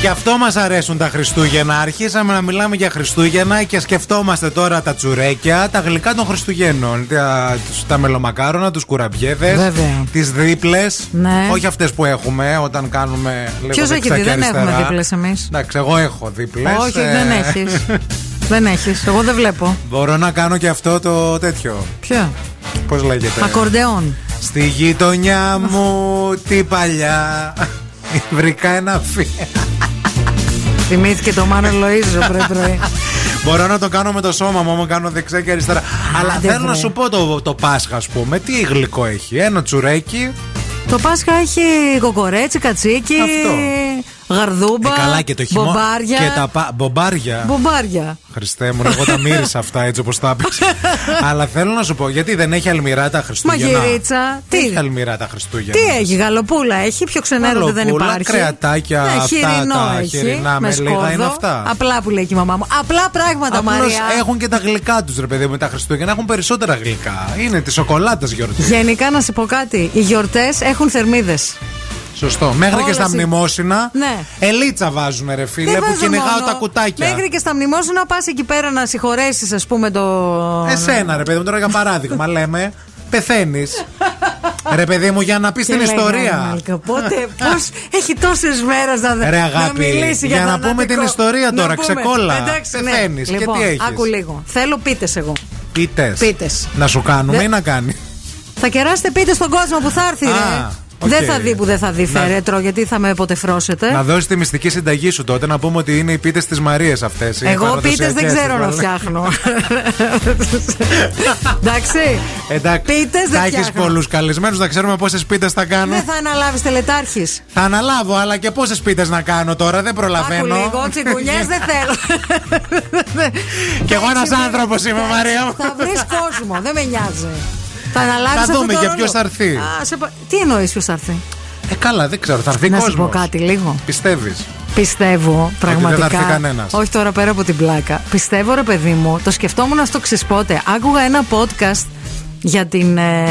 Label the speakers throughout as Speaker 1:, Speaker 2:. Speaker 1: Γι' αυτό μας αρέσουν τα Χριστούγεννα. Αρχίσαμε να μιλάμε για Χριστούγεννα και σκεφτόμαστε τώρα τα τσουρέκια, τα γλυκά των Χριστουγέννων. Τα, τα μελομακάρονα, τους κουραμπιέδες,
Speaker 2: Βέβαια.
Speaker 1: τις δίπλες.
Speaker 2: Ναι.
Speaker 1: Όχι αυτές που έχουμε όταν κάνουμε λίγο
Speaker 2: Ποιος έχει
Speaker 1: δεξιά
Speaker 2: δει,
Speaker 1: και
Speaker 2: δεν
Speaker 1: αριστερά.
Speaker 2: έχουμε δίπλες εμείς.
Speaker 1: Εντάξει, εγώ έχω ε, δίπλες.
Speaker 2: Όχι, δεν έχεις. δεν έχεις. Εγώ δεν βλέπω.
Speaker 1: Μπορώ να κάνω και αυτό το τέτοιο.
Speaker 2: Ποιο?
Speaker 1: Πώς λέγεται.
Speaker 2: Ακορντεόν.
Speaker 1: Στη γειτονιά μου την παλιά βρήκα ένα φίλο.
Speaker 2: Θυμήθηκε το Μάρο Λοίζο πρωί-πρωί.
Speaker 1: Μπορώ να το κάνω με το σώμα μου, όμω κάνω δεξιά και αριστερά. Αλλά
Speaker 2: δεν
Speaker 1: θέλω να
Speaker 2: βρε.
Speaker 1: σου πω το, το Πάσχα, ας πούμε. Τι γλυκό έχει. Ένα τσουρέκι.
Speaker 2: το Πάσχα έχει κοκορέτσι, κατσίκι,
Speaker 1: Αυτό.
Speaker 2: γαρδούμπα,
Speaker 1: Ε, καλά και το χειμώνα.
Speaker 2: μπομπάρια.
Speaker 1: Και τα πα- μπομπάρια.
Speaker 2: Μπομπάρια.
Speaker 1: Χριστέ μου, εγώ τα μύρισα αυτά έτσι όπως τα έπαιξε. Αλλά θέλω να σου πω, γιατί δεν έχει αλμυρά τα Χριστούγεννα.
Speaker 2: Μαγειρίτσα.
Speaker 1: Δεν
Speaker 2: Τι,
Speaker 1: έχει αλμυρά τα Χριστούγεννα.
Speaker 2: τι έχει, γαλοπούλα έχει, πιο ξενέρωτε δεν
Speaker 1: Γαλοπούλα,
Speaker 2: υπάρχει.
Speaker 1: κρεατάκια
Speaker 2: ναι,
Speaker 1: αυτά
Speaker 2: χοιρινό
Speaker 1: τα
Speaker 2: έχει,
Speaker 1: χοιρινά
Speaker 2: με
Speaker 1: με λίγα
Speaker 2: σκόρδο.
Speaker 1: είναι αυτά.
Speaker 2: Απλά που λέει και η μαμά μου. Απλά πράγματα,
Speaker 1: Απλώς
Speaker 2: Μαρία.
Speaker 1: έχουν και τα γλυκά τους, ρε παιδί μου, τα Χριστούγεννα. Έχουν περισσότερα γλυκά. Είναι τη σοκολάτα γιορτή.
Speaker 2: Γενικά να σου πω κάτι. Οι γιορτές έχουν θερμίδες.
Speaker 1: Σωστό. Μέχρι
Speaker 2: Όλα
Speaker 1: και στα
Speaker 2: συ-
Speaker 1: μνημόσυνα.
Speaker 2: Ναι.
Speaker 1: Ελίτσα βάζουν, ρε φίλε,
Speaker 2: Δεν
Speaker 1: που
Speaker 2: βάζω
Speaker 1: κυνηγάω
Speaker 2: μόνο.
Speaker 1: τα κουτάκια.
Speaker 2: Μέχρι και στα μνημόσυνα πας εκεί πέρα να συγχωρέσεις, ας πούμε, το.
Speaker 1: Εσένα, ρε παιδί μου, τώρα για παράδειγμα, λέμε. Πεθαίνεις. ρε παιδί μου, για να πεις την
Speaker 2: Και λέει, «Μα,
Speaker 1: ιστορία.
Speaker 2: μάλακα, Πότε, πώς έχει τόσες μέρες να,
Speaker 1: Ρε
Speaker 2: να
Speaker 1: αγάπη,
Speaker 2: μιλήσει για,
Speaker 1: για να
Speaker 2: θανατικό.
Speaker 1: πούμε την ιστορία
Speaker 2: Να
Speaker 1: τώρα,
Speaker 2: πούμε.
Speaker 1: ξεκόλα.
Speaker 2: Εντάξει, ναι.
Speaker 1: Πεθαίνεις. Και
Speaker 2: Λοιπόν,
Speaker 1: τι έχεις?
Speaker 2: Άκου λίγο. Θέλω πίτες εγώ.
Speaker 1: Πίτες.
Speaker 2: Πίτες.
Speaker 1: Να σου κάνουμε
Speaker 2: Δε-
Speaker 1: ή να κάνει.
Speaker 2: Θα κεράσετε πίτες στον κόσμο που θα έρθει,
Speaker 1: Α,
Speaker 2: ρε.
Speaker 1: οκ.
Speaker 2: Δεν θα δει που δεν θα δει
Speaker 1: Να-
Speaker 2: φερέτρο, γιατί θα με αποτεφρώσετε.
Speaker 1: Να δώσει τη μυστική συνταγή σου τότε, να πούμε ότι είναι οι πίτες της Μαρίας αυτές.
Speaker 2: Εγώ πίτες δεν ξέρω να φτιάχνω. Εντάξει.
Speaker 1: Εντάξει,
Speaker 2: Πίτες
Speaker 1: θα
Speaker 2: δεν
Speaker 1: έχεις
Speaker 2: φτιάχνω. Ναι.
Speaker 1: πολλούς καλεσμένους, να ξέρουμε πόσες πίτες θα κάνω.
Speaker 2: Δεν θα αναλάβεις τελετάρχης.
Speaker 1: Θα αναλάβω, αλλά και πόσες πίτες να κάνω τώρα, δεν
Speaker 2: Άκου
Speaker 1: προλαβαίνω.
Speaker 2: λίγο, τσιγκουνιές δεν θέλω.
Speaker 1: Κι εγώ ένας άνθρωπο είμαι, Μαρία. μου.
Speaker 2: Θα βρεις κόσμο, δεν με νοιάζει. Θα αναλάβει
Speaker 1: Θα δούμε για ποιος θα έρθει.
Speaker 2: Τι εννοείς ποιος θα έρθει.
Speaker 1: Ε, καλά, δεν ξέρω, θα έρθει
Speaker 2: Να
Speaker 1: κόσμο.
Speaker 2: σου πω κάτι λίγο.
Speaker 1: Πιστεύεις.
Speaker 2: Πιστεύω πραγματικά.
Speaker 1: δεν θα έρθει κανένας.
Speaker 2: Όχι τώρα πέρα από την πλάκα. Πιστεύω ρε παιδί μου, το σκεφτόμουν αυτό ξεσπότε. Άκουγα ένα podcast για την. ε,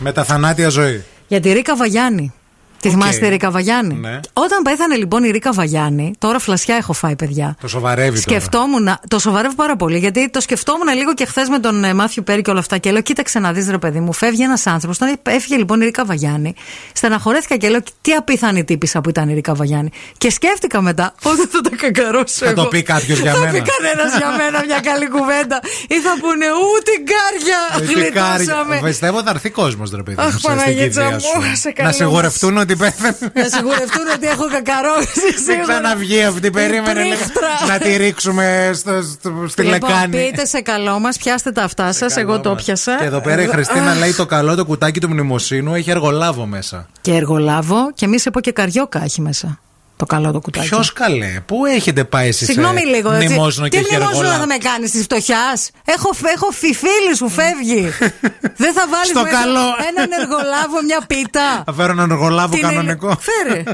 Speaker 1: Με τα θανάτια ζωή.
Speaker 2: για τη Ρίκα Βαγιάννη. Τη θυμάστε Ρίκα Βαγιάννη.
Speaker 1: Ναι.
Speaker 2: Όταν πέθανε λοιπόν η Ρίκα Βαγιάννη, τώρα φλασιά έχω φάει παιδιά.
Speaker 1: Το σοβαρεύει τώρα.
Speaker 2: Σκεφτόμουν, το σοβαρεύω πάρα πολύ, γιατί το σκεφτόμουν λίγο και χθες με τον ε, Μάθιου Πέρι και όλα αυτά. Και λέω: Κοίταξε να δεις, ρε παιδί μου, φεύγει ένας άνθρωπος. Όταν έφυγε λοιπόν η Ρίκα Βαγιάννη, στεναχωρέθηκα και λέω: Τι απίθανη τύπησα που ήταν η Ρίκα Βαγιάννη. Και σκέφτηκα μετά, πότε θα τα κακαρώσω.
Speaker 1: Θα
Speaker 2: εγώ.
Speaker 1: το πει κάποιος για
Speaker 2: Θα πει
Speaker 1: μένα.
Speaker 2: κανένας για μένα μια καλή κουβέντα. Ή θα πούνε ούτε
Speaker 1: Ε,
Speaker 2: κάρια.
Speaker 1: τι
Speaker 2: Γλιτώσαμε.
Speaker 1: κάρι- Πιστεύω θα έρθει κόσμος, ρε παιδί.
Speaker 2: Αχ,
Speaker 1: μου, σε- στην
Speaker 2: Παναγίτσα
Speaker 1: κηδεία
Speaker 2: μου,
Speaker 1: σου.
Speaker 2: σε
Speaker 1: Να
Speaker 2: καλό
Speaker 1: σιγουρευτούν ότι πέθανε.
Speaker 2: Να σιγουρευτούν ότι έχω κακαρώσει.
Speaker 1: Δεν
Speaker 2: σίγουρα.
Speaker 1: Ε, ξαναβγεί αυτή,
Speaker 2: Η
Speaker 1: περίμενε λίγο
Speaker 2: πρίχτρα.
Speaker 1: να τη ρίξουμε στο, στο- στη
Speaker 2: Λοιπόν,
Speaker 1: λεκάνη.
Speaker 2: πείτε σε καλό μας, πιάστε τα αυτά σας. Εγώ το πιάσα.
Speaker 1: Και εδώ πέρα η Χριστίνα λέει το καλό το κουτάκι του μνημοσύνου έχει εργολάβο μέσα.
Speaker 2: Και εργολάβο και μη σε πω και καριόκα έχει μέσα. Το καλό το κουτάκι.
Speaker 1: Ποιος καλέ, πού έχετε πάει εσεί
Speaker 2: Συγγνώμη λίγο. έτσι.
Speaker 1: Μνημόσυνο
Speaker 2: Τι
Speaker 1: και έχει
Speaker 2: μνημόσυνο
Speaker 1: εργολάβο.
Speaker 2: θα με κάνεις τη φτωχιά. Έχω, φ- έχω φιφίλη σου, φεύγει. Δεν θα βάλεις
Speaker 1: Στο καλό.
Speaker 2: έναν εργολάβο, μια πίτα.
Speaker 1: Θα φέρω έναν εργολάβο
Speaker 2: Την ελ-
Speaker 1: κανονικό.
Speaker 2: Φέρε.